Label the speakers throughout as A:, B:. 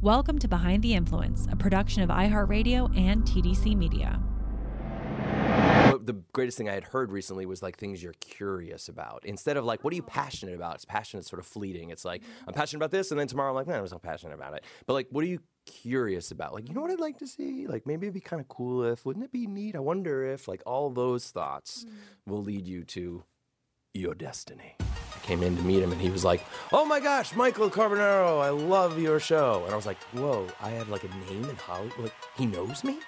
A: Welcome to Behind the Influence, a production of iHeartRadio and TDC Media.
B: What the greatest thing I had heard recently was like things you're curious about. Instead of like, what are you passionate about? It's passionate, sort of fleeting. It's like, I'm passionate about this, and then tomorrow I'm like, man, I was not passionate about it. But like, what are you curious about? Like, you know what I'd like to see? Like, maybe it'd be kind of cool if, wouldn't it be neat? I wonder if, like, all those thoughts will lead you to your destiny. I came in to meet him and he was like, Oh my gosh, Michael Carbonaro, I love your show. And I was like, Whoa, I have like a name in Hollywood. Like, he knows me?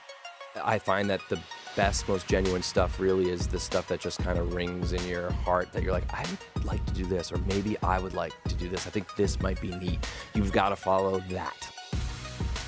B: I find that the best, most genuine stuff really is the stuff that just kind of rings in your heart that you're like, I would like to do this, or maybe I would like to do this. I think this might be neat. You've got to follow that.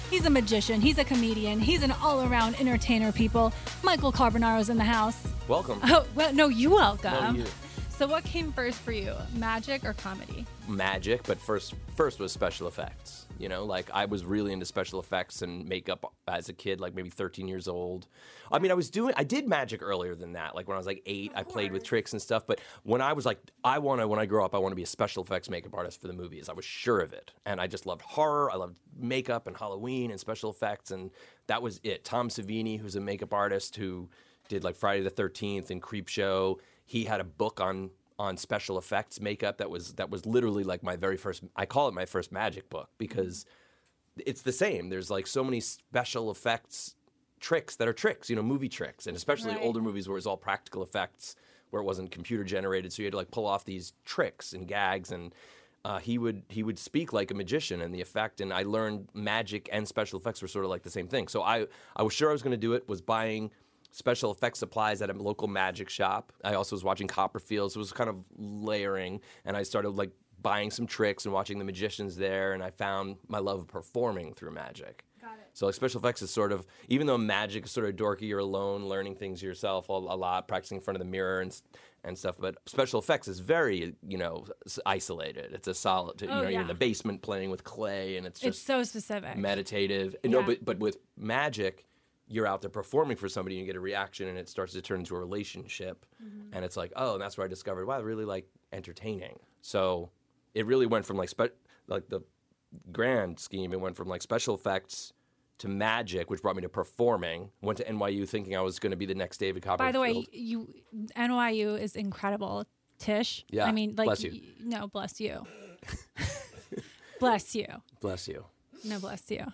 C: He's a magician, he's a comedian, he's an all around entertainer, people. Michael Carbonaro's in the house.
B: Welcome.
C: Oh, well, no, you
B: No,
C: welcome.
B: you.
C: So, what came first for you, magic or comedy?
B: magic, but first first was special effects. You know, like I was really into special effects and makeup as a kid, like maybe 13 years old. I mean, I was doing I did magic earlier than that. Like when I was like 8, I played with tricks and stuff, but when I was like I want to when I grow up, I want to be a special effects makeup artist for the movies. I was sure of it. And I just loved horror, I loved makeup and Halloween and special effects and that was it. Tom Savini, who's a makeup artist who did like Friday the 13th and Creep Show. He had a book on on special effects makeup that was that was literally like my very first I call it my first magic book because it's the same. There's like so many special effects tricks that are tricks, you know, movie tricks, and especially
C: Right.
B: older movies where it was all practical effects, where it wasn't computer generated. So you had to like pull off these tricks and gags, and uh, he would he would speak like a magician, and the effect. And I learned magic and special effects were sort of like the same thing. So I I was sure I was going to do it. Was buying special effects supplies at a local magic shop. I also was watching Copperfield, so it was kind of layering, and I started like buying some tricks and watching the magicians there, and I found my love of performing through magic. So like special effects is sort of even though magic is sort of dorky, you're alone, learning things yourself a, a lot, practicing in front of the mirror and s- and stuff. But special effects is very you know s- isolated. It's a solid. You
C: Oh,
B: know, you're in
C: yeah.
B: the basement playing with clay, and it's
C: It's
B: just
C: so specific.
B: meditative. No,
C: Yeah.
B: but but with magic, you're out there performing for somebody, and you get a reaction, and it starts to turn into a relationship,
C: Mm-hmm.
B: and it's like, oh, and that's where I discovered wow, I really like entertaining. So it really went from like spe- like the grand scheme, it went from like special effects. To magic, which brought me to performing. Went to NYU thinking I was going to be the next David Copperfield.
C: By the way, you NYU is incredible, Tish.
B: Yeah,
C: I mean, like,
B: bless you.
C: y- no, bless you. bless you.
B: bless you.
C: No, bless you.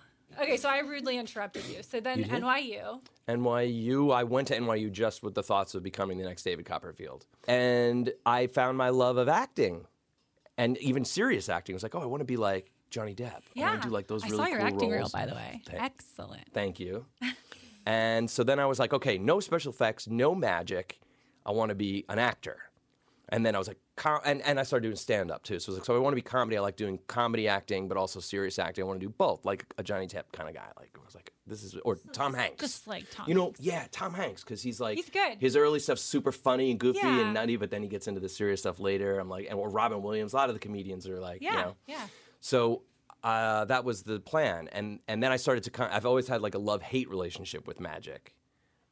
C: Okay, so I rudely interrupted you. So then NYU.
B: NYU. I went to NYU just with the thoughts of becoming the next David Copperfield. And I found my love of acting and even serious acting. I was like, oh, I want to be like Johnny Depp. I
C: Yeah.
B: want to do like those
C: I
B: really
C: saw your
B: cool
C: acting
B: roles.
C: reel, by the way. Excellent.
B: Thank you. and so then I was like, okay, no special effects, no magic. I want to be an actor. And then I was like, com- and, and I started doing stand up too. So I was like, so I want to be comedy. I like doing comedy acting, but also serious acting. I want to do both, like a Johnny Depp kind of guy. Like, I was like, this is, or Tom Hanks.
C: Just like Tom.
B: You know,
C: Hanks.
B: yeah, Tom Hanks, because he's like
C: He's good.
B: His early stuff's super funny and goofy
C: Yeah.
B: and nutty, but then he gets into the serious stuff later. I'm like, and well, Robin Williams, a lot of the comedians are like, you
C: Yeah.
B: know.
C: Yeah.
B: So uh, that was the plan. And and then I started to kind I've always had like a love hate relationship with magic,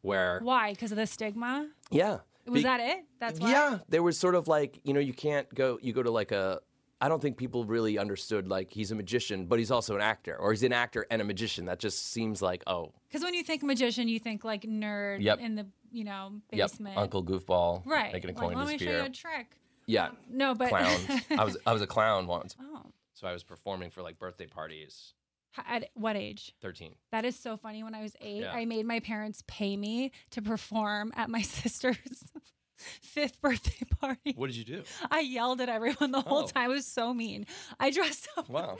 B: where
C: Why? Because of the stigma?
B: yeah,
C: Was
B: Be-
C: that it? That's why?
B: yeah, there was sort of like you know you can't go you go to like a I don't think people really understood like he's a magician but he's also an actor or he's an actor and a magician that just seems like oh
C: Because when you think magician, you think like nerd
B: Yep.
C: in the, you know, basement.
B: yep Uncle Goofball
C: Right.
B: making a
C: like,
B: coin
C: let
B: to
C: me show
B: spear
C: you a trick.
B: yeah
C: No, but
B: clown I was I was a clown once
C: oh,
B: so I was performing for like birthday parties
C: H- at what age?
B: thirteen
C: That is so funny. When I was eight,
B: Yeah.
C: I made my parents pay me to perform at my sister's fifth birthday party.
B: what did you do
C: I yelled at everyone the whole
B: Oh.
C: time. It was so mean. I dressed up.
B: Wow.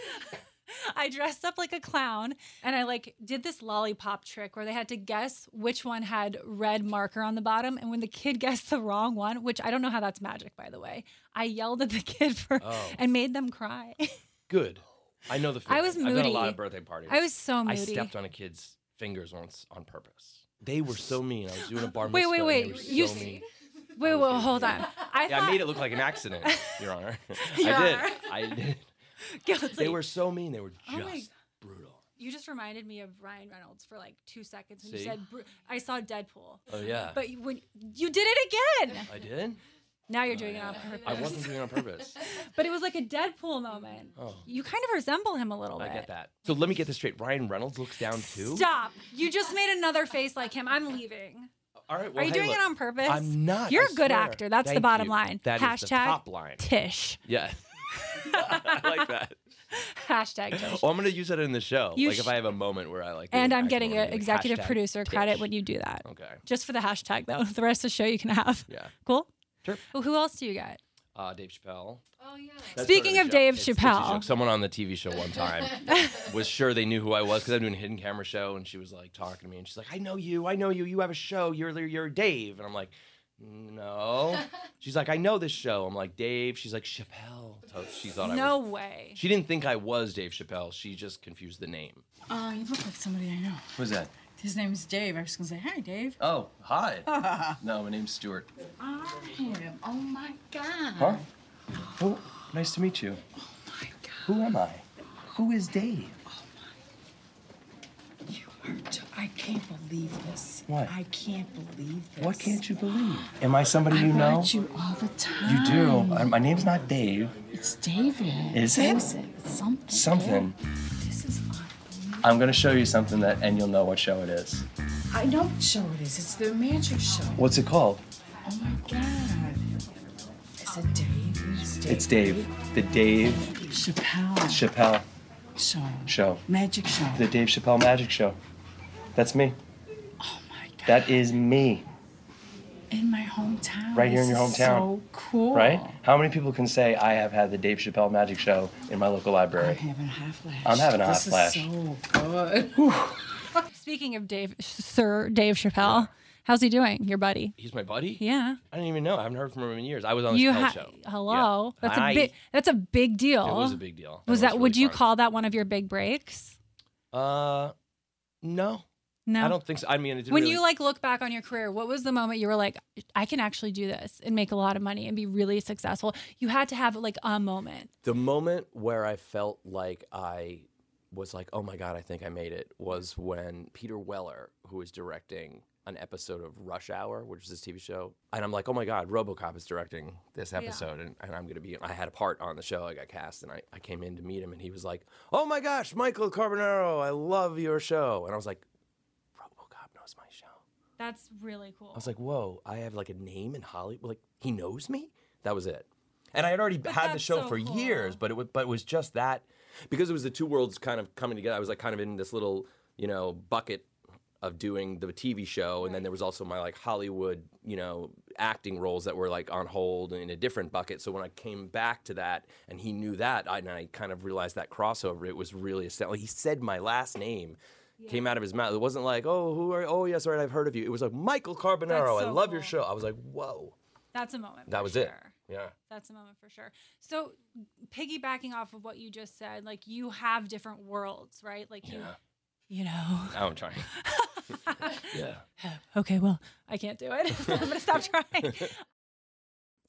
C: I dressed up like a clown and I like did this lollipop trick where they had to guess which one had red marker on the bottom and when the kid guessed the wrong one, which I don't know how that's magic by the way. I yelled at the kid for
B: Oh.
C: and made them cry.
B: good I know the
C: I was
B: feeling. I've done a lot
C: moody.
B: of birthday parties
C: I was so moody.
B: I stepped on a kid's fingers once on purpose they were so mean I was doing a bar
C: Wait,
B: mitzvah
C: wait,
B: and they
C: wait.
B: were
C: You
B: so
C: s-
B: mean.
C: Wait, wait, hold on. I
B: Yeah,
C: thought
B: I made it look like an accident, Your Honor.
C: Your
B: I did. I did.
C: guilty.
B: They were so mean. They were
C: Oh my-
B: just brutal.
C: You just reminded me of Ryan Reynolds for like 2 seconds when you
B: See?
C: said br- I saw Deadpool.
B: Oh yeah.
C: But you- when you did it again.
B: I did.
C: Now you're doing it on purpose.
B: Oh, I wasn't doing it on purpose.
C: But it was like a Deadpool moment. You kind of resemble him a little
B: I
C: bit.
B: get that. So let me get this straight. Ryan Reynolds looks down too.
C: Stop. You just made another face like him. I'm leaving.
B: All right. well,
C: Are you
B: hey,
C: doing
B: look,
C: it on purpose?
B: I'm not.
C: You're
B: I
C: a good
B: swear.
C: actor. That's the
B: Thank
C: bottom
B: you.
C: line.
B: That is
C: Hashtag
B: the top line.
C: Tish.
B: Yeah. I like that.
C: Hashtag Tish.
B: Well, I'm gonna use that in the show.
C: You
B: like
C: sh-
B: if I have a moment where Oh, I like.
C: and
B: really
C: I'm
B: act
C: getting
B: normally,
C: an
B: like,
C: executive
B: hashtag
C: producer credit
B: Tish.
C: when you do that.
B: Okay.
C: Just for the hashtag though. The rest of the show you can have.
B: Yeah.
C: Cool?
B: Sure.
C: Well, who else do you got?
B: Uh, Dave Chappelle.
D: Oh yeah.
B: That's
C: Speaking
B: sort
C: of
B: a joke.
C: Dave
B: It's- it's a
C: Chappelle.
B: joke. someone on the TV show one time was sure they knew who I was because I'm doing a hidden camera show, and she was like talking to me, and she's like, "I know you, I know you. You have a show. You're you're Dave," and I'm like, "No." She's like, "I know this show." I'm like, "Dave." She's like, "Chappelle." So she thought I
C: no
B: was.
C: way.
B: She didn't think I was Dave Chappelle. She just confused the name.
D: Uh, you look like somebody I know.
B: Who's that?
D: His name is Dave. I was gonna say, hi, Dave.
B: Oh, hi. no, my name's Stuart.
D: I am. Oh my God.
B: Huh? Oh, nice to meet you.
D: My God.
B: Who am I? Who is Dave?
D: You are. T- I can't believe this.
B: What?
D: I can't believe this.
B: What can't you believe? Am I somebody
D: I
B: you know?
D: watch you all the time.
B: You do. Uh, My name's not Dave.
D: It's David.
B: Is it?
D: Is it? Something.
B: Something.
D: This is unbelievable.
B: I'm gonna show you something that, and you'll know what show it is.
D: I know what show it is. It's the magic show.
B: What's it called?
D: Oh my God. Is it Dave? It's Dave.
B: It's Dave. The Dave
D: Chappelle
B: Chappelle
D: show.
B: Show.
D: Magic show.
B: The Dave Chappelle Magic Show. That's me.
D: oh my God.
B: That is me,
D: in my hometown.
B: Right here in
D: This
B: your
D: is
B: hometown.
D: So cool.
B: right? How many people can say I have had the Dave Chappelle Magic Show in my local
D: I'm
B: library?
D: having a hot flash.
B: I'm having a hot
D: this
B: flash.
D: Is so good.
C: Speaking of Dave Sir Dave Chappelle, how's he doing? Your buddy?
B: He's my buddy.
C: Yeah.
B: I didn't even know. I haven't heard from him in years. I was on the
C: you
B: Chappelle
C: ha-
B: Show.
C: hello.
B: Yeah.
C: That's a
B: Hi.
C: big that's a big deal.
B: It was a big deal.
C: Was that
B: really
C: would you
B: fun.
C: call that one of your big breaks?
B: Uh, no,
C: No.
B: I don't think so. I mean, it didn't
C: when
B: really-
C: you like look back on your career, what was the moment you were like, I can actually do this and make a lot of money and be really successful? You had to have like a moment.
B: the moment where I felt like I was like, oh my God, I think I made it was when Peter Weller, who was directing an episode of Rush Hour, which is this TV show, and I'm like, oh my God, Robocop is directing this episode, and, and I'm going to be, I had a part on the show, I got cast, and I, I came in to meet him, and he was like, oh my gosh, Michael Carbonaro, I love your show. And I was like, Robocop knows my show.
C: That's really cool.
B: I was like, whoa, I have like a name in Hollywood. Like, he knows me? That was it. And I had already had the
C: that's
B: show
C: so
B: for
C: cool.
B: years, but it, was, but it was just that. Because it was the two worlds kind of coming together, I was like kind of in this little, you know, bucket of doing the TV show. And then there was also my like Hollywood, you know, acting roles that were like on hold and in a different bucket. So when I came back to that and he knew that, I, and I kind of realized that crossover, it was really astounding. Like, he said my last name came out of his mouth. It wasn't like, oh, who are? Oh, yes, right, I've heard of you. It was like Michael Carbonaro. I
C: so
B: love your
C: cool.
B: show. I was like, whoa,
C: That's a moment.
B: that
C: for
B: was it.
C: sure.
B: Yeah.
C: That's a moment for sure. So, piggybacking off of what you just said, like you have different worlds, right? Like you, you know.
B: Oh, I'm trying. yeah.
C: Okay, well, I can't do it. so I'm going to stop trying.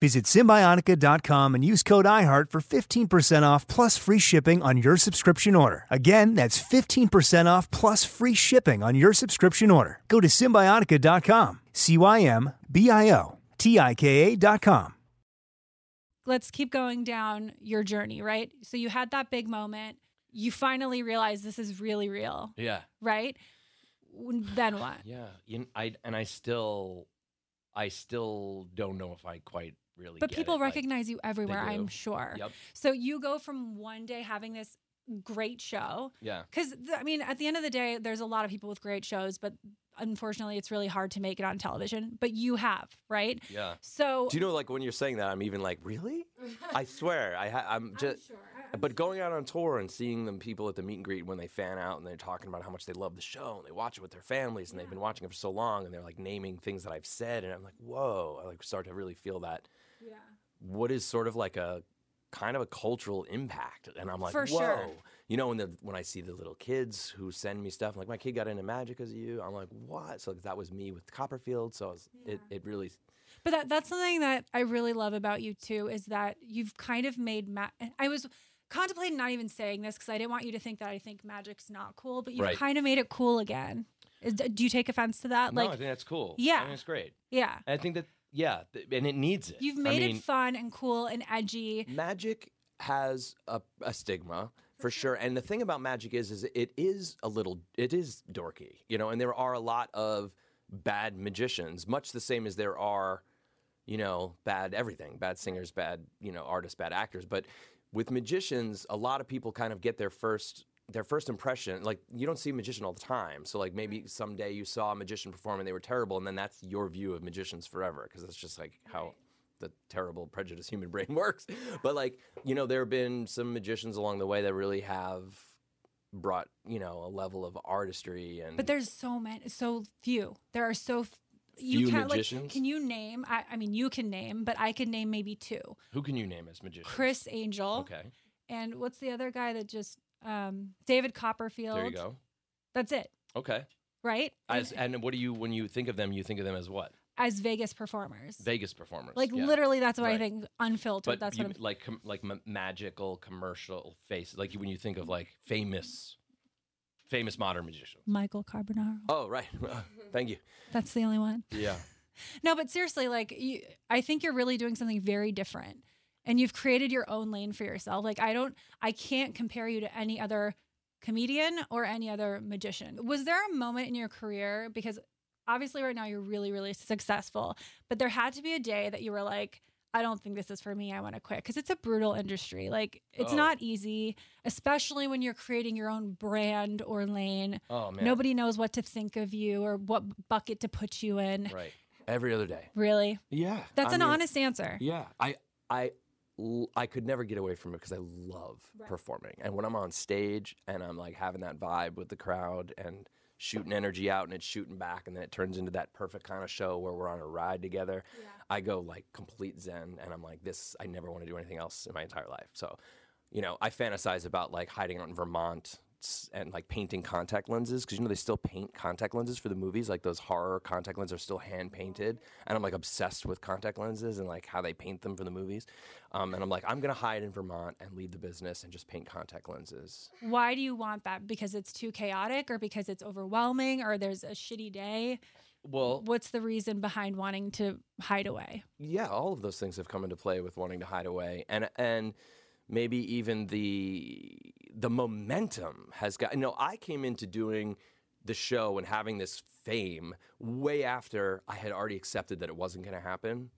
E: Visit symbionica.com and use code IHEART for 15% off plus free shipping on your subscription order. Again, that's 15% off plus free shipping on your subscription order. Go to symbionica.com. C Y M B I O. T-I-K-A dot com.
C: Let's keep going down your journey, right? So you had that big moment. You finally realize this is really real,
B: Yeah.
C: right? W- Then what?
B: Yeah. You, kn- I and I still, I still don't know if I quite really.
C: But
B: get
C: people
B: it, like-
C: recognize you everywhere, I'm
B: do.
C: sure.
B: Yep.
C: So you go from one day having this great show,
B: Yeah.
C: because I mean, at the end of the day, there's a lot of people with great shows, but unfortunately, it's really hard to make it on television. But you have, right?
B: Yeah.
C: So
B: Do you know, like, when you're saying that, I'm even like, really? I swear, I ha- I'm just. But going out on tour and seeing them people at the meet and greet when they fan out and they're talking about how much they love the show and they watch it with their families and they've been watching it for so long and they're like naming things that I've said and I'm like, whoa! I like start to really feel that. Yeah. What is sort of like a kind of a cultural impact, and I'm like,
C: For
B: whoa.
C: sure.
B: You know, when the when I see the little kids who send me stuff, like my kid got into magic because of you. I'm like, what? So that was me with Copperfield. So I was, it it really
C: But that that's something that I really love about you too is that you've kind of made ma- I was contemplating not even saying this because I didn't want you to think that I think magic's not cool, but you've
B: Right.
C: kind of made it cool again. Is, do you take offense to that?
B: No,
C: like,
B: I think that's cool. I
C: Yeah.
B: think it's great.
C: yeah,
B: I think that yeah, th- and it needs it.
C: you've
B: I
C: made
B: mean,
C: it fun and cool and edgy.
B: magic has a, a stigma for sure, and the thing about magic is, is it is a little, it is dorky, you know, and there are a lot of bad magicians, much the same as there are, you know, bad everything, bad singers, bad you know artists, bad actors, but with magicians, a lot of people kind of get their first their first impression like you don't see a magician all the time so like maybe someday you saw a magician perform and they were terrible and then that's your view of magicians forever because that's just like how the terrible prejudiced human brain works but like you know there have been some magicians along the way that really have brought you know a level of artistry and
C: But there's so many, so few. There are so f- you
B: Few
C: can't
B: magicians?
C: like. Can you name? I, I mean, you can name, but I can name maybe two:
B: who can you name as magician
C: Chris Angel
B: okay
C: and what's the other guy that just um, David Copperfield.
B: there you go
C: That's it,
B: okay
C: right? And-
B: as, and what do you when you think of them you think of them as what
C: as Vegas performers.
B: vegas performers
C: like
B: yeah.
C: literally, that's what I
B: Right.
C: think. Unfiltered. that's
B: you,
C: what I'm.
B: like com- like m- magical commercial faces, like when you think of like famous, famous modern magicians.
C: Michael Carbonaro.
B: Oh right, thank you.
C: That's the only one.
B: Yeah,
C: No, but seriously, like you, I think you're really doing something very different, and you've created your own lane for yourself. Like I don't, I can't compare you to any other comedian or any other magician. Was there a moment in your career because obviously right now you're really really successful, but there had to be a day that you were like. I don't think this is for me. I want to quit because it's a brutal industry. Like, it's
B: Oh.
C: not easy, especially when you're creating your own brand or lane.
B: Oh, man.
C: Nobody knows what to think of you or what bucket to put you in.
B: right. every other day.
C: Really?
B: Yeah.
C: That's
B: I
C: an
B: mean,
C: honest answer.
B: Yeah. I I l- I could never get away from it because I love performing. And when I'm on stage and I'm like having that vibe with the crowd and shooting energy out and it's shooting back and then it turns into that perfect kind of show where we're on a ride together. I go like complete zen and I'm like this I never want to do anything else in my entire life. So, you know, I fantasize about like hiding out in Vermont s- and like painting contact lenses because you know they still paint contact lenses for the movies like those horror contact lenses are still hand painted and i'm like obsessed with contact lenses and like how they paint them for the movies um, and i'm like i'm gonna hide in vermont and leave the business and just paint contact lenses
C: Why do you want that? Because it's too chaotic or because it's overwhelming or there's a shitty day?
B: well
C: What's the reason behind wanting to hide away?
B: yeah, all of those things have come into play with wanting to hide away, and and maybe even the the momentum has got. No, I came into doing the show and having this fame way after I had already accepted that it wasn't going to happen.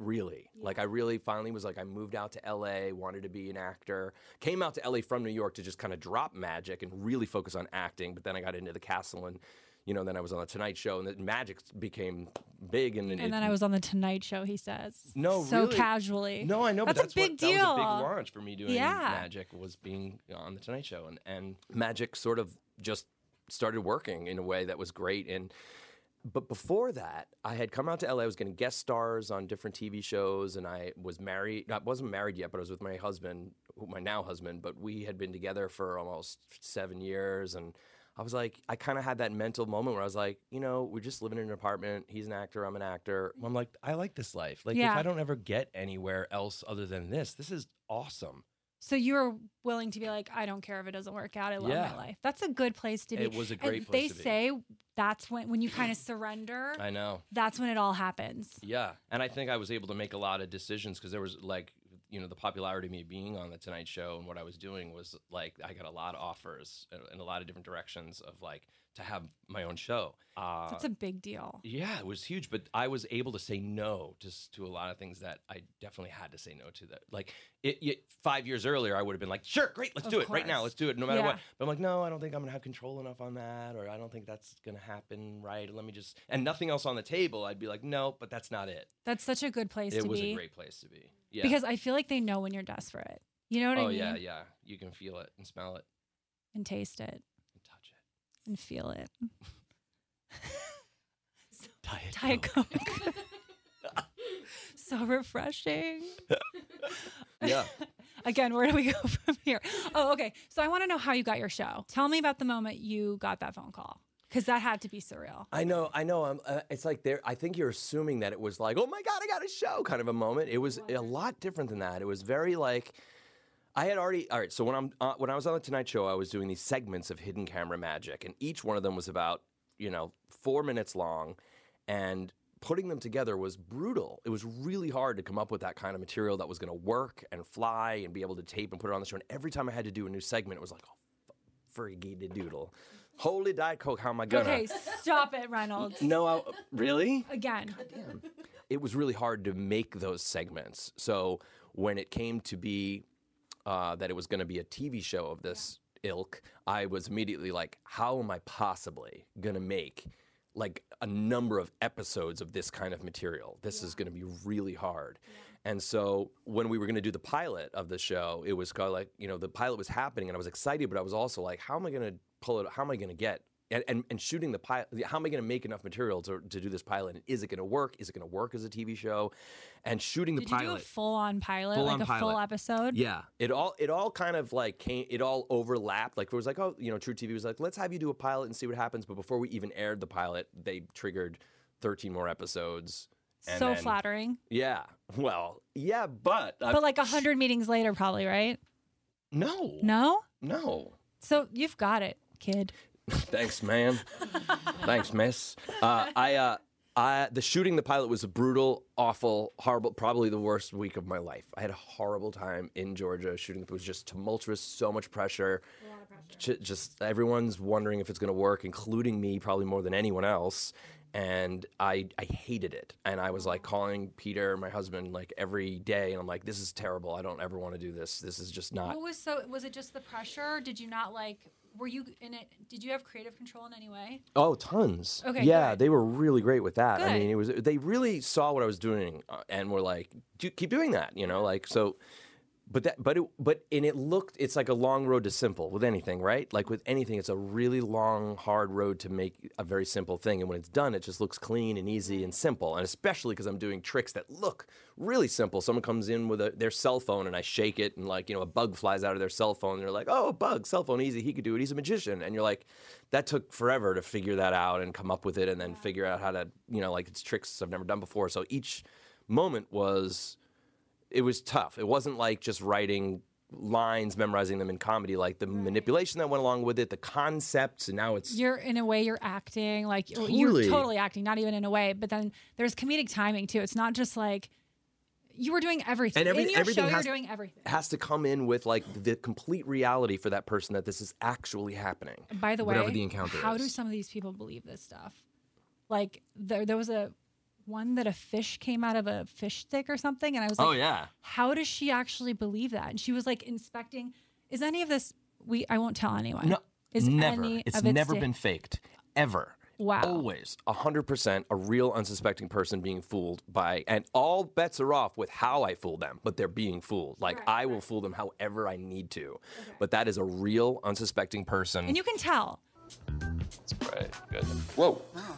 B: Really, like I really finally was like I moved out to L.A., wanted to be an actor, came out to L.A. from New York to just kind of drop magic and really focus on acting. But then I got into the castle and. You know, then I was on the Tonight Show, and the magic became big, and,
C: And then I was on the Tonight Show, he says.
B: No,
C: so
B: really.
C: casually.
B: no, I know,
C: That's
B: but that's
C: a big
B: what,
C: deal.
B: That was a big launch for me doing
C: Yeah.
B: magic was being on the Tonight Show, and and magic sort of just started working in a way that was great. And but before that, I had come out to LA. I was getting guest stars on different TV shows, and I was married. I wasn't married yet, but I was with my husband, who- my now husband. But we had been together for almost seven years, and I was like, I kind of had that mental moment where I was like, you know, we're just living in an apartment. He's an actor. I'm an actor. I'm like, I like this life. Like,
C: Yeah.
B: if I don't ever get anywhere else other than this, this is awesome.
C: So you were willing to be like, I don't care if it doesn't work out. I love
B: Yeah.
C: my life. That's a good place to be.
B: It was a great
C: and They
B: place to be.
C: say that's when when you kind of surrender.
B: I know.
C: that's when it all happens.
B: Yeah, and I think I was able to make a lot of decisions because there was like, you know, the popularity of me being on the Tonight Show and what I was doing was like I got a lot of offers in- in a lot of different directions of like to have my own show. Uh,
C: That's a big deal.
B: yeah, it was huge, but I was able to say no to s- to a lot of things that I definitely had to say no to. That like it, it, five years earlier, I would have been like, sure, great, let's
C: Of
B: do it right now,
C: course.
B: let's do it, no matter what.
C: Yeah.
B: But I'm like, no, I don't think I'm gonna have control enough on that, or I don't think that's gonna happen right. Let me just and nothing else on the table. I'd be like, no, but that's not it.
C: That's such a good place
B: It
C: to
B: was
C: be.
B: a great place to be. Yeah.
C: Because I feel like they know when you're desperate. You know what
B: oh
C: I mean?
B: yeah, yeah. You can feel it and smell it
C: And taste it
B: and touch it.
C: and feel it.
B: Diet.
C: Diet
B: Coke.
C: Coke. so refreshing.
B: Yeah.
C: Again, where do we go from here? Oh, okay. So I want to know how you got your show. Tell me about the moment you got that phone call because that had to be surreal.
B: I know, I know. I'm, uh, it's like there. I think you're assuming that it was like, oh my god, I got a show, kind of a moment. It was a lot different than that. It was very like, I had already. All right, so when I'm uh, when I was on the Tonight Show, I was doing these segments of hidden camera magic, and each one of them was about you know four minutes long, and putting them together was brutal. It was really hard to come up with that kind of material that was going to work and fly and be able to tape and put it on the show. And every time I had to do a new segment, it was like, oh, friggy doodle, holy Diet Coke, how am I gonna?
C: Okay, stop it, Reynolds.
B: No, I, really?
C: Again,
B: It was really hard to make those segments. So when it came to be uh, that it was going to be a TV show of this ilk, I was immediately like, how am I possibly going to make like a number of episodes of this kind of material? This is going to be really hard. And so when we were going to do the pilot of the show, it was kind of like, you know, the pilot was happening and I was excited, but I was also like, how am I going to pull it? How am I going to get and, and, and shooting the pilot, how am I going to make enough material to, to do this pilot? And is it going to work? Is it going to work as a TV show? And shooting the
C: did you
B: pilot.
C: do a full on pilot,
B: Full-on
C: like a full
B: pilot.
C: episode?
B: Yeah. It all it all kind of like came it all overlapped. Like it was like, oh, you know, True TV was like, let's have you do a pilot and see what happens. But before we even aired the pilot, they triggered thirteen more episodes. and
C: so
B: then-
C: flattering.
B: Yeah. Well, yeah, but uh,
C: But like a hundred meetings later, probably right?
B: no.
C: No.
B: No.
C: So you've got it, kid.
B: Thanks, man. Thanks, miss. Uh, I, uh, I, the shooting the pilot was a brutal, awful, horrible, probably the worst week of my life. I had a horrible time in Georgia shooting. It was just tumultuous, so much pressure. Ju- Just everyone's wondering if it's going to work, including me, probably more than anyone else. And I, I hated it. And I was like calling Peter, my husband, like every day. And I'm like, this is terrible. I don't ever want to do this. This is just not
C: What was so? Was it just the pressure? Did you not like were you in it? Did you have creative control in any way?
B: Oh, tons.
C: Okay,
B: Yeah,
C: good.
B: they were really great with that. I
C: Good.
B: mean, it was they really saw what I was doing uh, and were like, "Do- "Keep doing that," you know, like so. But that, but it, but and it looked. It's like a long road to simple with anything, right? Like with anything, it's a really long, hard road to make a very simple thing. And when it's done, it just looks clean and easy and simple. And especially because I'm doing tricks that look really simple. Someone comes in with a, their cell phone, and I shake it, and like you know, a bug flies out of their cell phone. And they're like, "Oh, a bug, cell phone, easy. He could do it. He's a magician." And you're like, that took forever to figure that out and come up with it and then figure out how to you know like it's tricks i've never done before so each moment was it was tough it wasn't like just writing lines memorizing them in comedy like the manipulation that went along with it the concepts and now it's
C: You're in a way you're acting like totally.
B: Totally.
C: you're totally acting, not even in a way. But then there's comedic timing too. It's not just like you were doing everything.
B: And every-
C: in your
B: everything
C: show,
B: has-
C: you're doing everything.
B: it has to come in with like the complete reality for that person that this is actually happening
C: By the way,
B: whatever the encounter
C: how
B: is.
C: do some of these people believe this stuff? Like there, there was a one that a fish came out of a fish stick or something, and I was like,
B: oh yeah
C: how does she actually believe that? And she was like inspecting. Is any of this? We I won't tell anyone.
B: No,
C: is
B: never.
C: any
B: it's
C: of it
B: never
C: sta-
B: been faked, ever.
C: Wow.
B: Always, hundred percent, a real unsuspecting person being fooled by, and all bets are off with how I fool them. But they're being fooled. Like I will fool them however I need to, but that is a real unsuspecting person.
C: and you can tell.
F: Right. Good. Whoa.
G: Oh,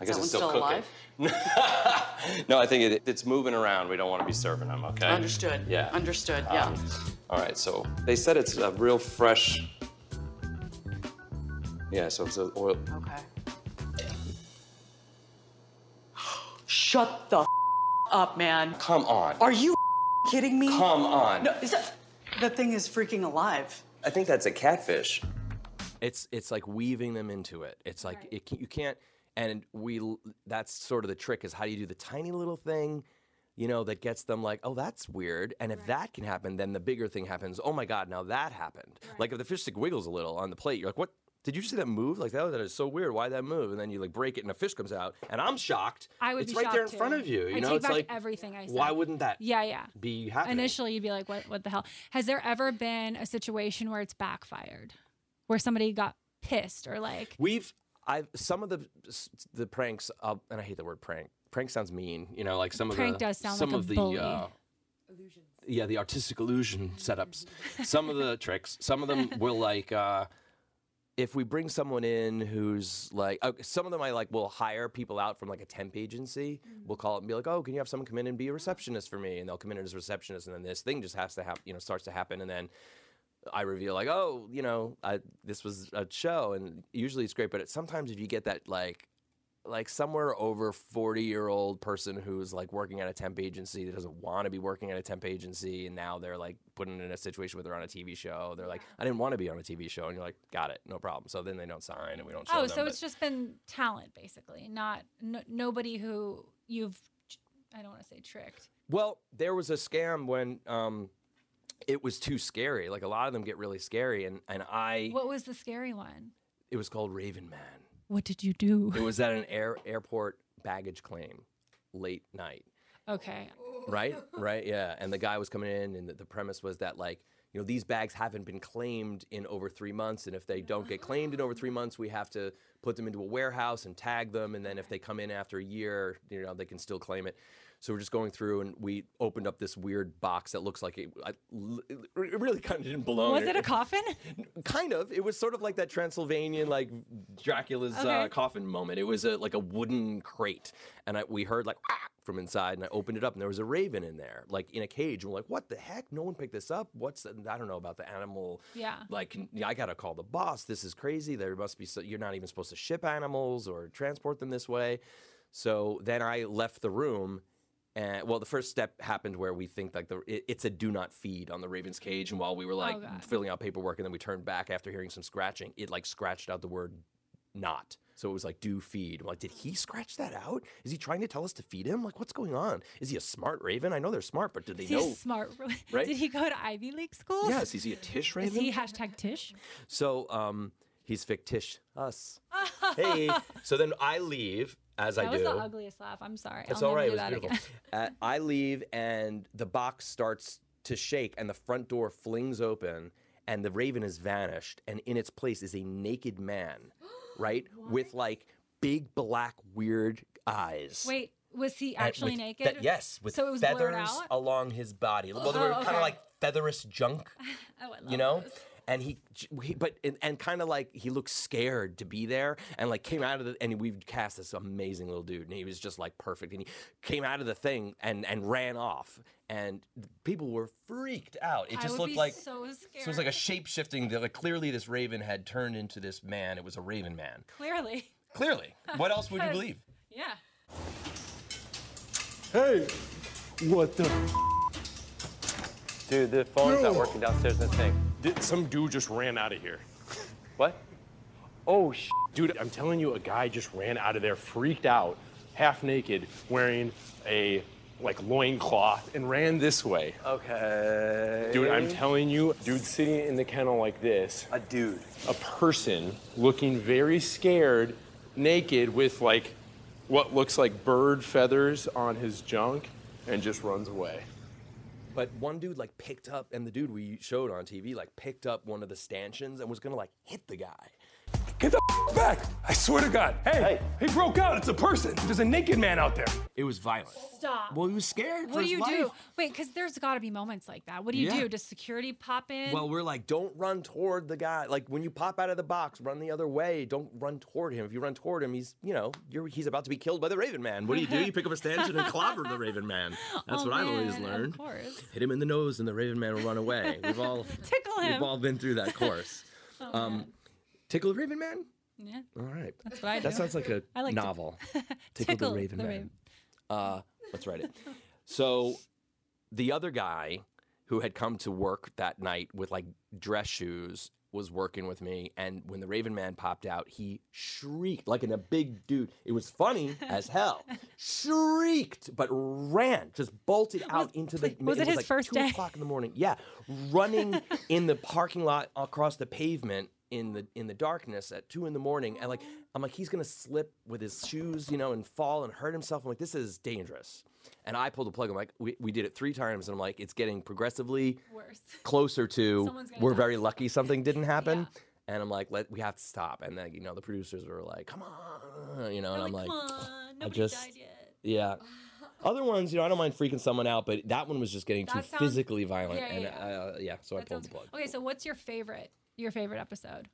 F: I guess
G: Someone
F: it's still,
G: still
F: cooking. no, I think it, it's moving around. We don't want to be serving them. Okay.
G: Understood.
F: Yeah.
G: Understood. Yeah.
F: Um, all right. So they said it's a real fresh. Yeah. So it's a oil.
G: okay. Shut the f- up, man.
F: Come on.
G: Are you kidding me?
F: Come on.
G: No, is that that thing is freaking alive?
F: I think that's a catfish.
B: it's it's like weaving them into it. It's like it can, you can't. And we l- that's sort of the trick is how do you do the tiny little thing, you know, that gets them like, oh, that's weird. And if that can happen, then the bigger thing happens. Oh my god, now that happened. Like if the fish stick wiggles a little on the plate, you're like, what? Did you see that move? Like oh, that, that is so weird. Why that move? And then you like break it, and a fish comes out, and I'm shocked.
C: I would
B: It's
C: be
B: right there in
C: shocked,
B: front
C: too.
B: of you. You
C: I
B: know,
C: take
B: it's
C: back
B: like
C: everything I
B: Why
C: said.
B: wouldn't that?
C: Yeah, yeah.
B: Be happening.
C: Initially, you'd be like, "What? What the hell?" Has there ever been a situation where it's backfired, where somebody got pissed or like?
B: We've I've some of the s- the pranks, uh, and I hate the word prank. Prank sounds mean, you know. Like some of
C: Prank
B: the
C: does sound
B: some
C: like a
B: of the
C: bully.
B: Uh, yeah, the artistic illusion setups. Some of the tricks. Some of them will like. Uh, if we bring someone in who's like, uh, some of them I like will hire people out from like a temp agency. We'll call it and be like, oh, can you have someone come in and be a receptionist for me? And they'll come in as a receptionist, and then this thing just has to happen, you know, starts to happen, and then I reveal like, oh, you know, I, this was a show, and usually it's great, but it, sometimes if you get that like, like somewhere over forty year old person who's like working at a temp agency that doesn't want to be working at a temp agency, and now they're like put in a situation where they're on a TV show. They're like, I didn't want to be on a TV show, and you're like, got it, no problem. So then they don't sign, and we don't show
C: Oh,
B: them.
C: so
B: but-
C: it's just been talent, basically, not n- nobody who you've. I don't want to say tricked.
B: Well, there was a scam when um, it was too scary. Like a lot of them get really scary, and and I
C: What was the scary one?
B: it was called Raven Man.
C: What did you do?
B: It was at an air airport baggage claim late night.
C: Okay,
B: Right? Right? Yeah. And the guy was coming in and the, the premise was that like, you know, these bags haven't been claimed in over 3 months and if they don't get claimed in over 3 months, we have to put them into a warehouse and tag them and then if they come in after a year, you know, they can still claim it. So we're just going through and we opened up this weird box that looks like it, I, it really kind of didn't belong.
C: was it a coffin?
B: Kind of. It was sort of like that Transylvanian, like Dracula's uh,
C: Okay.
B: coffin moment. It was a, like a wooden crate, and I, we heard like "Ah!" from inside, and I opened it up, and there was a raven in there, like in a cage. And we're like, "What the heck? No one picked this up. What's the, I don't know about the animal.
C: Yeah.
B: Like I gotta call the boss. This is crazy. There must be so, you're not even supposed to ship animals or transport them this way. So then I left the room. And, well, the first step happened where we think like the it, it's a do not feed on the raven's cage, and while we were like
C: Oh, God.
B: filling out paperwork, and then we turned back after hearing some scratching, it like scratched out the word not. So it was like do feed. I'm like, did he scratch that out? Is he trying to tell us to feed him? Like, what's going on? Is he a smart raven? I know they're smart, but do they
C: He's
B: know?
C: smart.
B: Right?
C: Did he go to Ivy League school?
B: Yes, is he a Tish
C: Is
B: raven?
C: he hashtag Tish?
B: So um, he's fictitious us. hey. So then I leave as I
C: That
B: do.
C: was the ugliest laugh. I'm sorry.
B: It's
C: I'll
B: all
C: never
B: right. It
C: do
B: was
C: that
B: beautiful.
C: again.
B: uh, I leave, and the box starts to shake, and the front door flings open, and the raven has vanished, and in its place is a naked man, right? With like big black weird eyes.
C: Wait, was he
B: And
C: actually
B: with
C: naked?
B: fe- yes, with
C: so it was blurred
B: feathers
C: out.
B: along his body. Well, they
C: Oh,
B: were kind
C: okay.
B: of like featherous junk,
C: Oh, I love
B: you know.
C: those.
B: And he, j- he but and, and kind of like he looked scared to be there, and like came out of the and we cast this amazing little dude, and he was just like perfect, and he came out of the thing and and ran off, and people were freaked out. It
C: I
B: just
C: would
B: looked
C: be
B: like
C: so
B: it was like a shape shifting. Like clearly, this raven had turned into this man. It was a raven man.
C: Clearly.
B: Clearly, what else would you
C: 'Cause-
B: believe?
C: Yeah.
H: Hey, what the?
I: Dude, the phone's not
H: No.
I: working downstairs in the sink.
H: Did some dude just ran out of here?
I: What?
H: Oh, sh- dude, I'm telling you, a guy just ran out of there, freaked out, half naked, wearing a like loincloth, and ran this way.
I: Okay.
H: Dude, I'm telling you, dude sitting in the kennel like this. A dude. A person looking very scared, naked, with like what looks like bird feathers on his junk, and just runs away.
B: But one dude like picked up, and the dude we showed on TV like picked up one of the stanchions and was gonna like hit the guy.
H: Get the back! I swear to God. Hey, he broke out. It's a person. There's a naked man out there.
B: It was violent.
C: Stop.
B: Well, he was scared. for
C: What do
B: his
C: you
B: life.
C: do? Wait, because there's got to be moments like that. What do you
B: Yeah.
C: do? Does security pop in?
B: Well, we're like, don't run toward the guy. Like when you pop out of the box, run the other way. Don't run toward him. If you run toward him, he's you know you're he's about to be killed by the Raven Man. What do you do? You pick up a stanchion and clobber the Raven Man. That's
C: Oh,
B: what I've always
C: man,
B: learned.
C: Of course.
B: Hit him in the nose, and the Raven Man will run away. We've all
C: Tickle him.
B: We've all been through that course.
C: Oh,
B: um, tickle the Raven Man.
C: Yeah.
B: All right.
C: That's what I
B: That
C: do.
B: sounds like a
C: I like to-
B: novel.
C: Tickle
B: the Raven
C: the
B: Man.
C: Raven.
B: Uh, let's write it. So the other guy who had come to work that night with like dress shoes was working with me and when the raven man popped out he shrieked like in a big dude it was funny as hell shrieked but ran just bolted out into the
C: was it his
B: like
C: first
B: 2
C: day?
B: o'clock in the morning yeah running in the parking lot across the pavement in the in the darkness at two in the morning and like i'm like he's gonna slip with his shoes you know and fall and hurt himself i'm like this is dangerous and i pulled the plug i'm like we, we did it three times and i'm like it's getting progressively
C: Worse.
B: closer to
C: Someone's gonna
B: we're
C: die.
B: very lucky something didn't happen and i'm like let we have to stop and then you know the producers were like come on you know and i'm like i just yeah other ones you know i don't mind freaking someone out but that one was just getting too
C: That sounds-
B: physically violent
C: yeah, yeah,
B: and
C: yeah.
B: Uh, yeah so i
C: That
B: pulled
C: sounds-
B: the plug
C: Okay, so what's your favorite? Your favorite episode?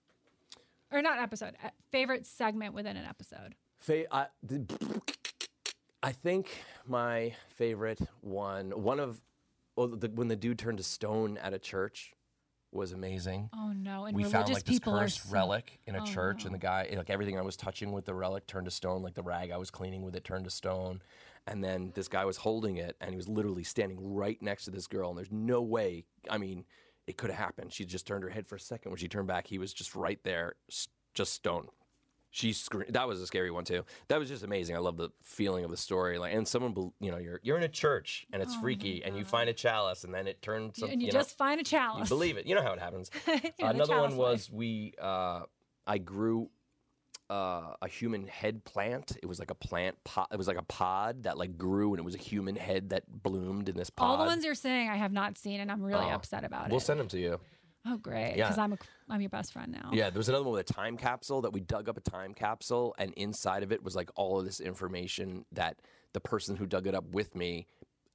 C: Or not episode? uh, Favorite segment within an episode?
B: Fa- I, the- I think my favorite one, one of, well, the, when the dude turned to stone at a church, was amazing.
C: Oh no! And
B: we
C: religious
B: found like this
C: people are
B: cursed
C: so-
B: relic in a
C: Oh,
B: church,
C: no.
B: and the guy, like everything I was touching with the relic turned to stone. Like the rag I was cleaning with it turned to stone. And then this guy was holding it, and he was literally standing right next to this girl. And there's no way. I mean, it could have happened. She just turned her head for a second. When she turned back, he was just right there, s- just stone. She screamed. That was a scary one too. That was just amazing. I love the feeling of the story. Like, and someone, bel- you know, you're you're in a church and it's
C: Oh my
B: freaky, and you find a chalice, and then it turns.
C: Y-
B: some-
C: and you,
B: you know,
C: just find a chalice.
B: you believe it. You know how it happens.
C: Yeah, the
B: Another
C: chalice
B: one
C: way.
B: was we. Uh, I grew uh, a human head plant. It was like a plant pot. It was like a pod that like grew, and it was a human head that bloomed in this pod.
C: All the ones you're saying I have not seen, and I'm really
B: Oh,
C: upset about
B: We'll
C: it.
B: send them to you.
C: oh great,
B: Yeah.
C: because I'm a, I'm your best friend now.
B: Yeah, there was another one with a time capsule that we dug up a time capsule, and inside of it was like all of this information that the person who dug it up with me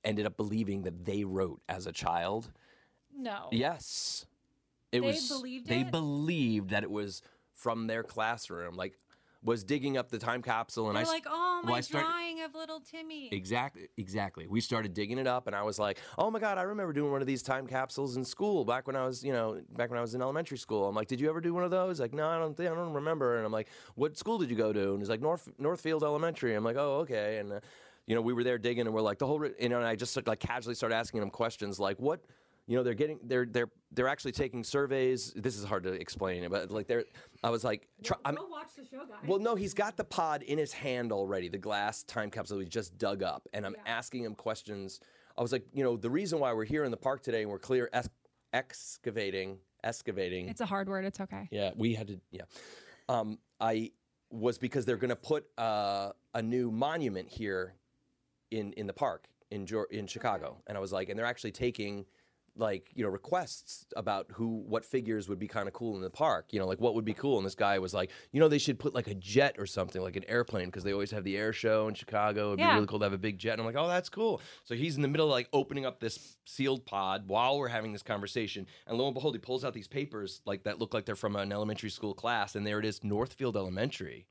B: ended up believing that they wrote as a child.
C: No.
B: Yes. It
C: They
B: was
C: believed
B: they
C: it?
B: believed that it was from their classroom. Like was digging up the time capsule and
C: You're
B: I s-
C: like, oh,
B: well,
C: my
B: I started-
C: drawing of little Timmy.
B: Exactly, exactly. We started digging it up, and I was like, "Oh my god, I remember doing one of these time capsules in school back when I was, you know, back when I was in elementary school." I'm like, "Did you ever do one of those?" Like, "No, I don't think I don't remember." And I'm like, "What school did you go to?" And he's like, "North Northfield Elementary." I'm like, "Oh, okay." And uh, you know, we were there digging, and we're like, the whole, ri- you know, and I just like casually started asking him questions like, "What?" You know, they're getting they're they're they're actually taking surveys. This is hard to explain, but like they're, I was like, try, I'm,
C: watch the show, guys.
B: well, no, he's got the pod in his hand already, the glass time capsule he just dug up, and I'm asking him questions. I was like, you know, the reason why we're here in the park today and we're clear es- excavating, excavating.
C: It's a hard word. It's okay.
B: yeah, we had to. Yeah, um, I was because they're going to put uh, a new monument here in in the park in Geor- in Chicago, and I was like, and they're actually taking like you know requests about who what figures would be kind of cool in the park you know like what would be cool and this guy was like you know they should put like a jet or something like an airplane because they always have the air show in chicago it'd
J: Yeah.
B: be really cool to have a big jet and i'm like oh that's cool so he's in the middle of like opening up this sealed pod while we're having this conversation and lo and behold he pulls out these papers like that look like they're from an elementary school class and there it is northfield elementary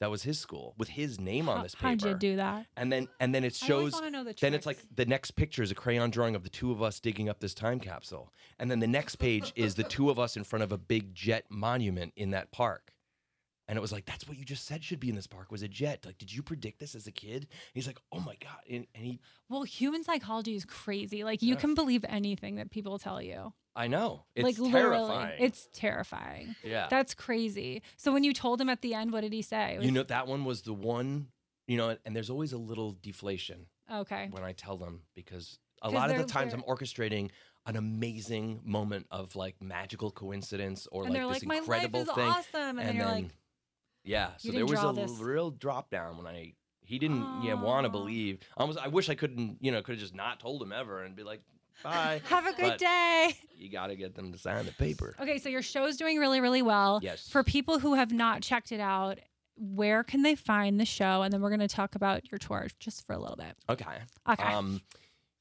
B: that was his school with his name on
C: How-
B: this paper
C: how'd you do that?
B: and then and then it
C: I always
B: shows
C: wanna know the
B: then it's like the next picture is a crayon drawing of the two of us digging up this time capsule and then the next page is the two of us in front of a big jet monument in that park and it was like that's what you just said should be in this park was a jet like did you predict this as a kid and he's like oh my god and, and he
C: Well, human psychology is crazy. Like you
B: Yeah.
C: can believe anything that people tell you.
B: i know it's
C: like
B: terrifying
C: literally, it's terrifying.
B: Yeah.
C: that's crazy. So when you told him at the end, what did he say? It
B: you
C: was-
B: know that one was the one you know and there's always a little deflation
C: Okay.
B: when i tell them because a
C: 'Cause
B: lot of the
C: they're-
B: times i'm
C: they're-
B: orchestrating an amazing moment of like magical coincidence or
C: and
B: like
C: they're
B: this
C: like, my life
B: incredible
C: is
B: thing
C: awesome, and, then you're like,
B: yeah so
C: "You
B: there
C: didn't
B: was
C: draw
B: a
C: this."
B: real drop down when i he didn't yeah want to believe i was i wish i couldn't you know could have just not told him ever and be like bye
C: have a good
B: But
C: day.
B: you got to get them to sign the paper
C: Okay, so your show's doing really, really well.
B: Yes.
C: For people who have not checked it out, where can they find the show? And then we're going to talk about your tour just for a little bit.
B: okay
C: Okay.
B: um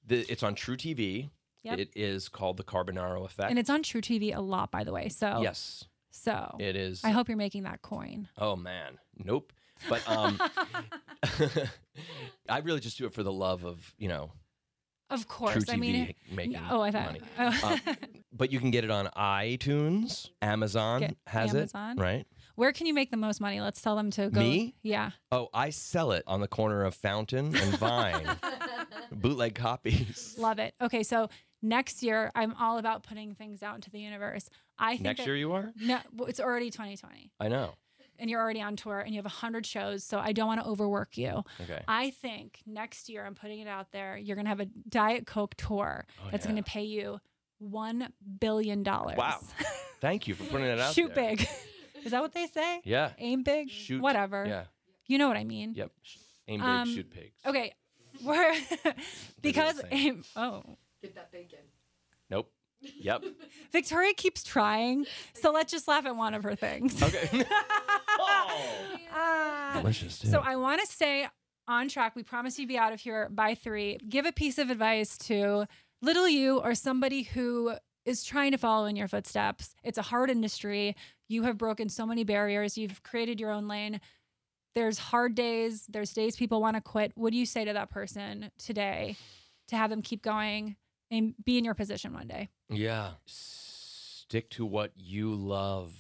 B: the, it's on true tv
C: Yep.
B: it is called the carbonaro effect
C: And it's on True TV a lot, by the way. So
B: yes
C: So
B: it is
C: I hope you're making that coin.
B: Oh man, nope. But um, I really just do it for the love of you know.
C: Of course. I
B: TV
C: mean,
B: making
C: oh, I thought.
B: money.
C: Oh.
B: Uh, but you can get it on iTunes, Amazon
C: Get
B: has
C: Amazon?
B: it, right?
C: where can you make the most money? Let's tell them to go.
B: Me?
C: Yeah.
B: Oh, I sell it on the corner of Fountain and Vine, bootleg copies.
C: Love it. Okay, so next year I'm all about putting things out into the universe. I think
B: Next
C: that-
B: year you are?
C: No, well, it's already 2020.
B: I know.
C: and you're already on tour and you have 100 shows so i don't want to overwork you
B: Okay.
C: i think next year i'm putting it out there you're going to have a diet coke tour
B: Oh,
C: that's
B: yeah.
C: going to pay you 1 billion dollars
B: Wow. Thank you for putting it out.
C: shoot
B: there.
C: big is that what they say
B: Yeah.
C: aim big
B: Shoot.
C: whatever
B: Yeah.
C: you know what i mean
B: Yep. Aim big,
C: Um,
B: shoot big.
C: okay we're because
B: saying.
C: aim oh
D: Get that bacon.
B: Nope. Yep.
C: victoria keeps trying so let's just laugh at one of her things
B: Okay. Oh.
C: Ah.
B: Delicious.
C: So I want to stay on track. We promise you'd be out of here by three. Give a piece of advice to little you or somebody who is trying to follow in your footsteps. It's a hard industry. You have broken so many barriers. You've created your own lane. There's hard days. There's days people want to quit. What do you say to that person today to have them keep going and be in your position one day?
B: Yeah. Stick to what you love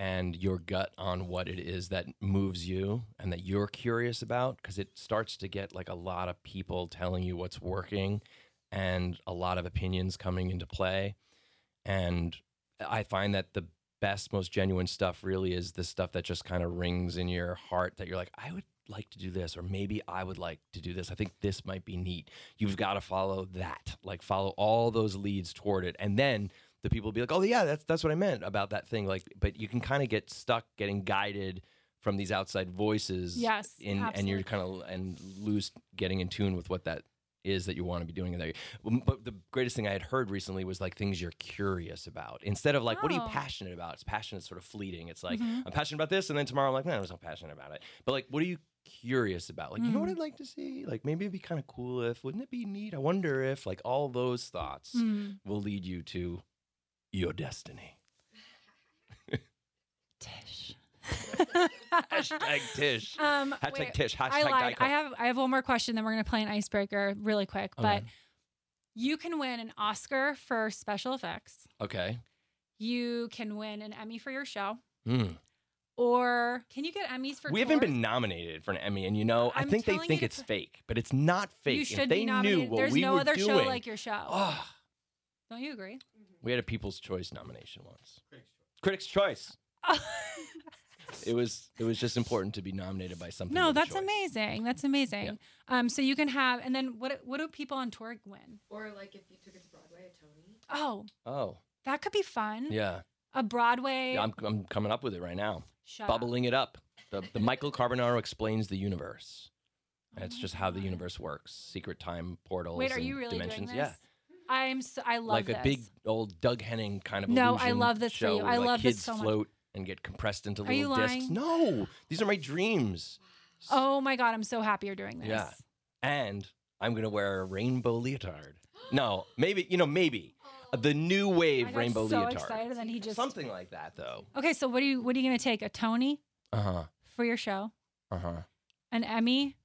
B: and your gut on what it is that moves you and that you're curious about because it starts to get like a lot of people telling you what's working and a lot of opinions coming into play. And I find that the best, most genuine stuff really is the stuff that just kind of rings in your heart that you're like, I would like to do this, or maybe I would like to do this. I think this might be neat. You've got to follow that, like follow all those leads toward it. And then the people will be like, oh, yeah, that's, that's what I meant about that thing. Like, but you can kind of get stuck getting guided from these outside voices.
C: Yes,
B: In, and you're
C: absolutely.
B: kind of and lose getting in tune with what that is that you want to be doing in there. Um, But the greatest thing I had heard recently was like things you're curious about instead of like what are you
I: Oh.
B: passionate about? It's passion is sort of fleeting. It's like
C: Mm-hmm.
I: Mhm.
B: I'm passionate about this, and then tomorrow I'm like, no, I'm not passionate about it. But like, what are you curious about? Like, you know what
C: Mm-hmm.
B: I'd like to see? Like, maybe it'd be kind of cool if, wouldn't it be neat? I wonder if like all those thoughts
C: Mhm.
B: will lead you to your destiny. Hashtag Tish.
C: Um,
B: Hashtag
C: wait,
B: Tish. Hashtag
C: I lied.
B: Geico.
C: I have I have one more question. Then we're gonna play an icebreaker really quick. But
B: Okay.
C: you can win an Oscar for special effects.
B: Okay.
C: You can win an Emmy for your show.
B: Mm.
C: Or can you get Emmys for?
B: we haven't
C: tours?
B: been nominated for an Emmy, and you know, i
C: I'm
B: think they
C: telling you
B: think
C: to
B: it's fake, but it's not fake.
C: You
B: If
C: should
B: they
C: be
B: knew
C: nominated.
B: what
C: There's
B: we
C: no
B: were
C: other show
B: doing-
C: like your show.
B: Ugh.
C: Don't you agree?
B: We had a People's Choice nomination once. Critics' Choice. it was it was just important to be nominated by something.
C: No,
B: with a
C: that's
B: choice.
C: amazing. That's amazing. Um, so you can have, and then what? What do people on tour win?
D: Or like if you took it to Broadway, a Tony.
C: Oh,
B: Oh,
C: that could be fun.
B: yeah.
C: A Broadway.
B: Yeah, I'm, I'm coming up with it right now.
C: Shut up.
B: Bubbling it up. The, the Michael Carbonaro explains the universe. And it's just how the universe works. Secret time portals.
C: Oh Wait, are
B: and
C: you really doing
B: dimensions.
C: this?
B: Yeah.
C: I'm so, I love
B: like
C: this.
B: a big old Doug Henning kind of
C: No, I
B: illusion
C: love this for
B: show
C: you.
B: where,
C: I
B: like,
C: love this
B: kids
C: so much.
B: float and get compressed into
C: Are you
B: little discs.
C: lying?
B: No, these are my dreams.
C: oh my god, I'm so happy you're doing this.
B: Yeah, and I'm gonna wear a rainbow leotard. No, maybe you know maybe the new wave
C: I got
B: rainbow
C: so
B: leotard.
C: excited, and then he just
B: Something like that though.
C: Okay, so what are you what are you gonna take? A Tony
B: Uh huh.
C: for your show,
B: Uh huh.
C: an Emmy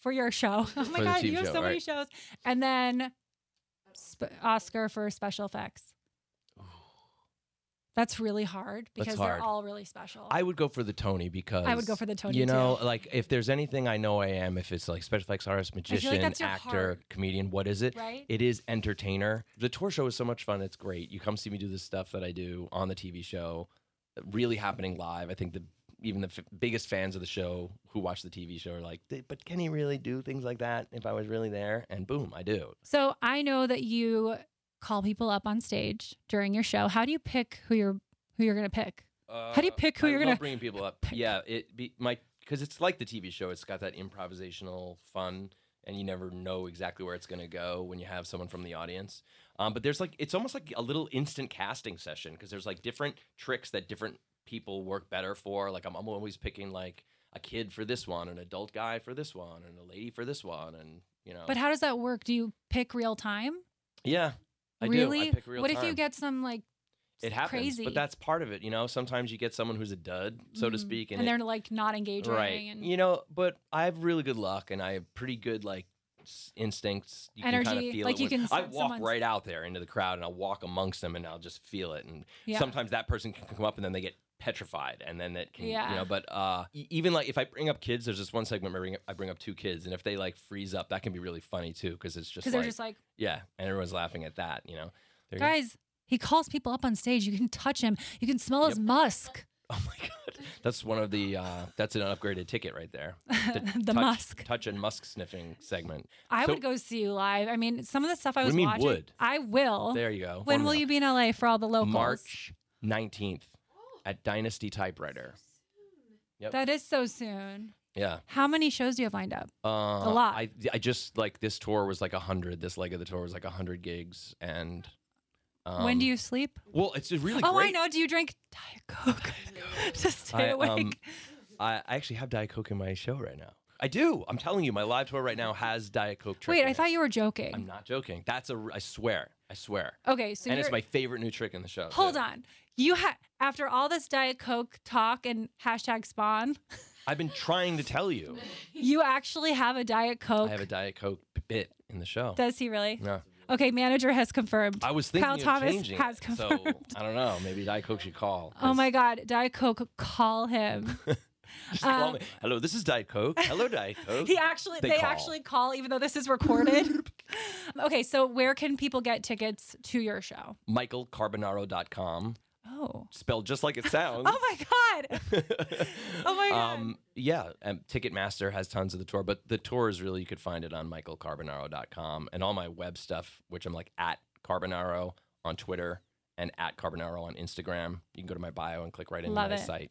C: for your show. Oh
B: For
C: my
B: the
C: god,
B: TV
C: you have
B: show,
C: so many
B: right.
C: shows, and then sp- Oscar for special effects. That's really hard
B: That's
C: because
B: hard.
C: they're all really special.
B: I would go for the Tony because
C: I would go for the Tony,
B: You know,
C: too.
B: like if there's anything I know I am, if it's like special effects artist, magician,
C: that's your
B: actor,
C: heart.
B: comedian, what is it?
C: Right?
B: It is entertainer. The tour show is so much fun. It's great. You come see me do the stuff that I do on the TV show, really happening live. I think the even the f- biggest fans of the show who watch the TV show are like, "Th- but can he really do things like that if I was really there? And boom, I do.
C: So I know that you call people up on stage during your show. How do you pick who you're who you're gonna pick? How do you
B: Uh,
C: pick who
B: I
C: you're
B: love
C: gonna?
B: bringing people up? Yeah, it be my because it's like the TV show. It's got that improvisational fun, and you never know exactly where it's going to go when you have someone from the audience. Um, but there's like it's almost like a little instant casting session because there's like different tricks that different people work better for. Like I'm, I'm always picking like a kid for this one, an adult guy for this one, and a lady for this one, and you know.
C: But how does that work? Do you pick real time?
B: Yeah, I
C: really?
B: do. I pick real
C: what if
B: time
C: you get some like
B: it happens,
C: crazy?
B: but that's part of it. You know, sometimes you get someone who's a dud, so to
C: Mhm.
B: speak,
C: and,
B: it-
C: they're like not engaging.
B: right.
C: And
B: You know, but I have really good luck, and I have pretty good like s- instincts. You can kind
C: Energy,
B: of feel
C: like
B: it
C: you
B: when-
C: can
B: I
C: sense
B: walk
C: someone's-
B: right out there into the crowd, and I'll walk amongst them, and I'll just feel it. And
C: Yeah.
B: sometimes that person can come up, and then they get petrified, and then that can
C: Yeah.
B: you know. But uh, e- even like if I bring up kids, there's this one segment where I bring up, I bring up two kids, and if they like freeze up, that can be really funny too, because it's just
C: because they're just like,
B: yeah, and everyone's laughing at that. You know, There you go.
C: guys, he calls people up on stage. You can touch him. You can smell his musk.
B: Oh That's one of the. Uh, that's an upgraded ticket right there.
C: The
B: touch,
C: musk.
B: touch and musk sniffing segment.
C: I
B: So-
C: would go see you live. I mean, some of the stuff I
B: What
C: was
B: do you mean,
C: watching.
B: would?
C: I will.
B: There you go.
C: When will you be in LA for all the locals?
B: March nineteenth at Dynasty Typewriter. Yep.
C: That is so soon.
B: yeah.
C: How many shows do you have lined up?
B: Uh, a
C: lot.
B: I I just like this tour was like a hundred. This leg of the tour was like a hundred gigs, and um,
C: when do you sleep?
B: Well, it's a really.
C: oh,
B: great,
C: I know. Do you drink Diet Coke to stay
B: I,
C: awake?
B: um, I I actually have Diet Coke in my show right now. I do. I'm telling you, my live tour right now has Diet Coke. trick
C: Wait,
B: in
C: I
B: it.
C: thought you were joking.
B: I'm not joking. That's a. r- I swear. I swear.
C: Okay, so
B: and it's
C: you're-
B: my favorite new trick in the show. too.
C: Hold on. You ha- after all this Diet Coke talk and hashtag spawn,
B: I've been trying to tell you.
C: you actually have a Diet
B: I
C: Coke.
B: have a Diet Coke bit in the show.
C: Does he really?
B: No.
C: Okay, manager has confirmed.
B: I was thinking
C: Kyle
B: of
C: Thomas
B: changing
C: has
B: it,
C: confirmed.
B: So I don't know. Maybe Diet Coke should call.
C: oh my God, Diet Coke, call him.
B: Just call
C: Um,
B: me. Hello, this is Diet Coke. Hello, Diet Coke.
C: He actually, they,
B: call.
C: actually call, even though this is recorded. okay, so where can people get tickets to your show?
B: MichaelCarbonaro.com.
C: Oh.
B: Spelled just like it sounds.
C: Oh my God. oh my God.
B: Um, yeah, and Ticketmaster has tons of the tour, but the tour is really you could find it on michaelcarbonaro.com and all my web stuff, which I'm like at carbonaro on Twitter and at carbonaro on Instagram. You can go to my bio and click right into
K: Love
B: my
K: it.
B: site.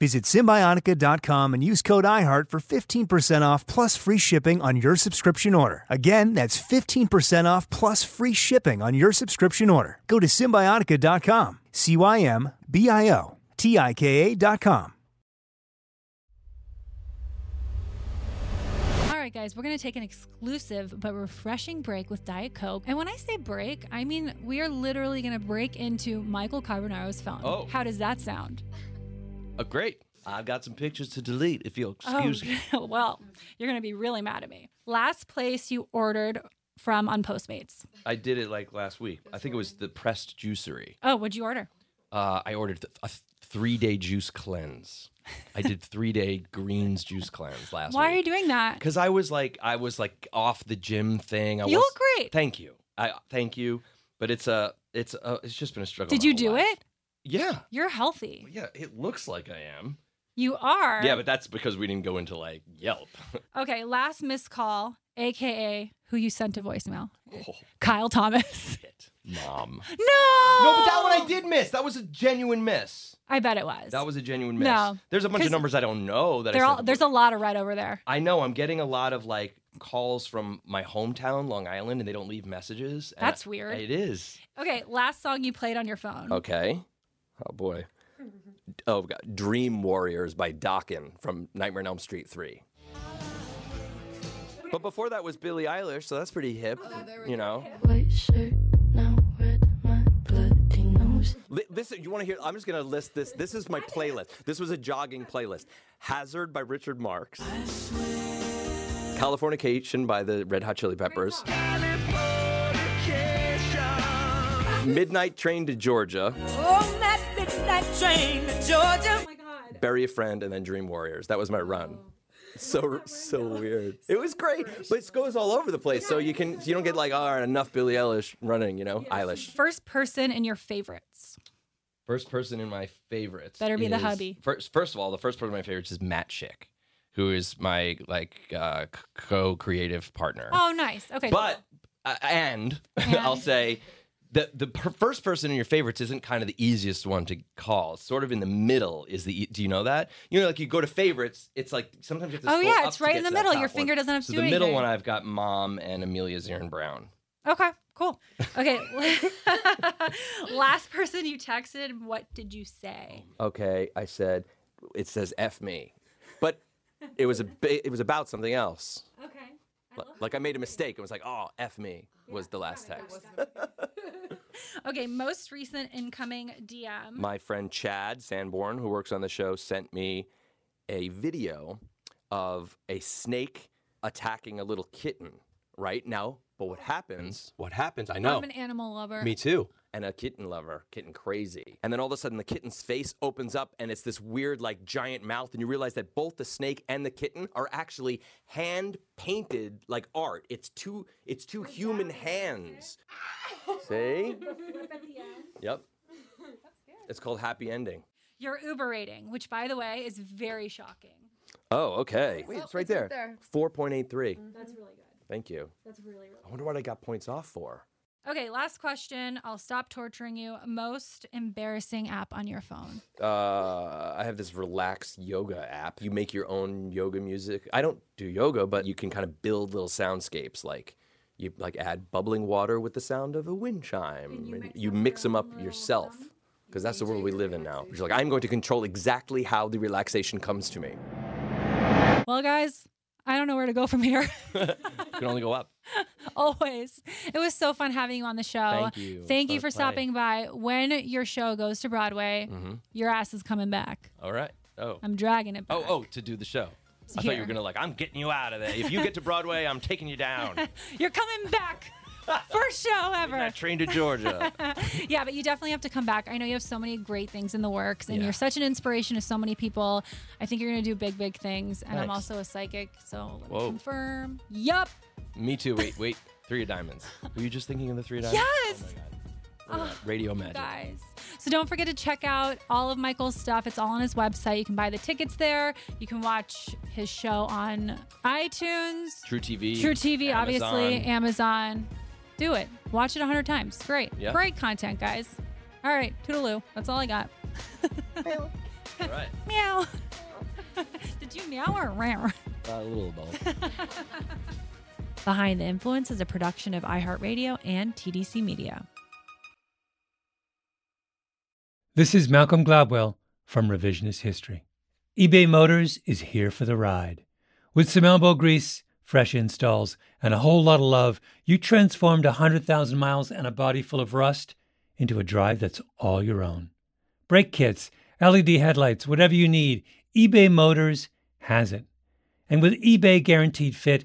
E: Visit Symbionica.com and use code IHEART for 15% off plus free shipping on your subscription order. Again, that's 15% off plus free shipping on your subscription order. Go to Symbionica.com. C Y M B I O. T-I-K-A dot com.
L: Um,
C: All right, guys, we're going to take an exclusive but refreshing break with Diet Coke. And when I say break, I mean we are literally going to break into Michael Carbonaro's phone.
L: Oh.
C: How does that sound?
L: Uh, great. I've got some pictures to delete, if you'll excuse
C: oh,
L: me.
C: well, you're going to be really mad at me. Last place you ordered from on Postmates.
L: I did it like last week. I think it was the pressed juicery.
C: Oh, what'd you order?
L: Uh, I ordered th- a th- three-day juice cleanse. I did three-day greens juice cleanse last
C: Why
L: week.
C: are you doing that?
L: Because I was like, I was like off the gym thing. I
C: You
L: was,
C: look great.
L: Thank you. I thank you. But it's a, it's a, it's just been a struggle.
C: Did
L: my
C: you
L: whole
C: do
L: life.
C: it?
L: Yeah.
C: You're healthy.
L: Yeah. It looks like I am.
C: You are.
L: Yeah, but that's because we didn't go into like Yelp.
C: Okay, last missed call, aka who you sent a voicemail.
L: Oh.
C: Kyle Thomas.
L: Mom.
C: no. No,
L: but that one I did miss. That was a genuine miss.
C: I bet it was.
L: That was a genuine miss.
C: No,
L: There's a bunch
C: 'cause
L: of numbers I don't know that I
C: They're all,
L: sent-
C: there's a lot of red over there.
L: I know I'm getting a lot of like calls from my hometown, Long Island, and they don't leave messages. and
C: That's
L: I-
C: weird.
L: It is.
C: Okay, last song you played on your phone.
B: Okay. Oh boy. Oh God. Dream Warriors by Dokken from Nightmare on Elm Street 3. But before that was Billie Eilish, so that's pretty hip, you know.
M: White shirt, now red, my bloody nose.
B: Li- This you want to hear? I'm just gonna list this. This is my playlist. This was a jogging playlist. Hazard by Richard Marx. Californication by the Red Hot Chili Peppers. Midnight Train to Georgia.
D: On Oh, that midnight train to Georgia. Oh.
B: Bury a Friend, and then Dream Warriors. That was my run. So so weird. It was great, but it goes all over the place. So you can you don't get like all right enough Billie Eilish running, you know, Eilish.
C: First person in your favorites.
L: First person in my favorites.
C: Better be the
L: is-
C: hubby.
L: First, first of all, the first person in my favorites is Matt Schick, who is my like uh, c- co-creative partner.
C: Oh, nice. Okay.
L: But uh, and I'll say the the per- first person in your favorites isn't kind of the easiest one to call. It's Sort of in the middle is the. e- Do you know that? You know, like you go to favorites. It's like sometimes you have to.
C: Oh,
L: scroll
C: yeah,
L: up
C: it's
L: to
C: right
L: get
C: in the
L: to that
C: middle.
L: top
C: Your finger
L: one.
C: doesn't have
L: So
C: to do
L: the middle
C: anything.
L: one, I've got Mom and Amelia Zirin Brown.
C: cool. Okay, cool. Okay. last person you texted, what did you say?
B: Okay, I said it says F me, but it was a ba- it was about something else.
C: Okay.
B: Li- Like I made a mistake. It was like oh F me was the last text.
C: Okay, most recent incoming DM.
B: my friend Chad Sanborn, who works on the show, sent me a video of a snake attacking a little kitten. Right now, but what happens? What happens? I know.
C: I'm an animal lover.
B: Me too. And a kitten lover, kitten crazy. And then all of a sudden, the kitten's face opens up, and it's this weird, like, giant mouth. And you realize that both the snake and the kitten are actually hand painted, like art. It's two, it's two human hands. See? Yep. It's called happy ending.
C: Your Uber rating, which by the way is very shocking.
B: Oh, okay.
C: Wait, it's right there. there.
B: Four point eight three.
C: That's really good.
B: Thank you.
C: That's really, really
B: I wonder what I got points off for.
C: Okay, last question. I'll stop torturing you. Most embarrassing app on your phone.
B: Uh, I have this relax yoga app. You make your own yoga music. I don't do yoga, but you can kind of build little soundscapes. Like you like add bubbling water with the sound of a wind chime. And you mix, them up yourself because that's the world we live in now. You're like, I'm going to control exactly how the relaxation comes to me.
C: Well, guys, I don't know where to go from here.
L: Can only go up.
C: Always. It was so fun having you on the show.
L: Thank you.
C: Thank
L: Fun
C: you for
L: play.
C: stopping by. When your show goes to Broadway,
L: Mhm.
C: your ass is coming back.
L: All right. Oh.
C: I'm dragging it back.
L: Oh, oh, to do the show. I thought you
C: Here.
L: were gonna like, I'm getting you out of there. If you get to Broadway, I'm taking you down.
C: You're coming back. First show ever.
L: That train to Georgia.
C: yeah, but you definitely have to come back. I know you have so many great things in the works, and
L: Yeah.
C: you're such an inspiration to so many people. I think you're going to do big, big things. And I'm
L: Thanks.
C: also a psychic, so let me
L: Whoa.
C: confirm. Yup.
B: Me too. Wait, wait. Three of diamonds. Were you just thinking of the three of diamonds? Oh
C: Yes.
B: Uh, Radio magic.
C: guys. So don't forget to check out all of Michael's stuff. It's all on his website. You can buy the tickets there. You can watch his show on iTunes,
B: True TV.
C: True TV, obviously,
B: Amazon.
C: Amazon. Do it. Watch it 100 times. Great.
B: Yeah.
C: Great content, guys. All right, toodaloo. That's all I got.
B: All right.
C: meow. Did you meow or rare?
B: uh, A little of both.
C: Behind the Influence is a production of iHeartRadio and TDC Media.
L: This is Malcolm Gladwell from Revisionist History. eBay Motors is here for the ride. With some elbow grease, fresh installs, and a whole lot of love, you transformed 100,000 miles and a body full of rust into a drive that's all your own. Brake kits, LED headlights, whatever you need, eBay Motors has it. And with eBay Guaranteed Fit,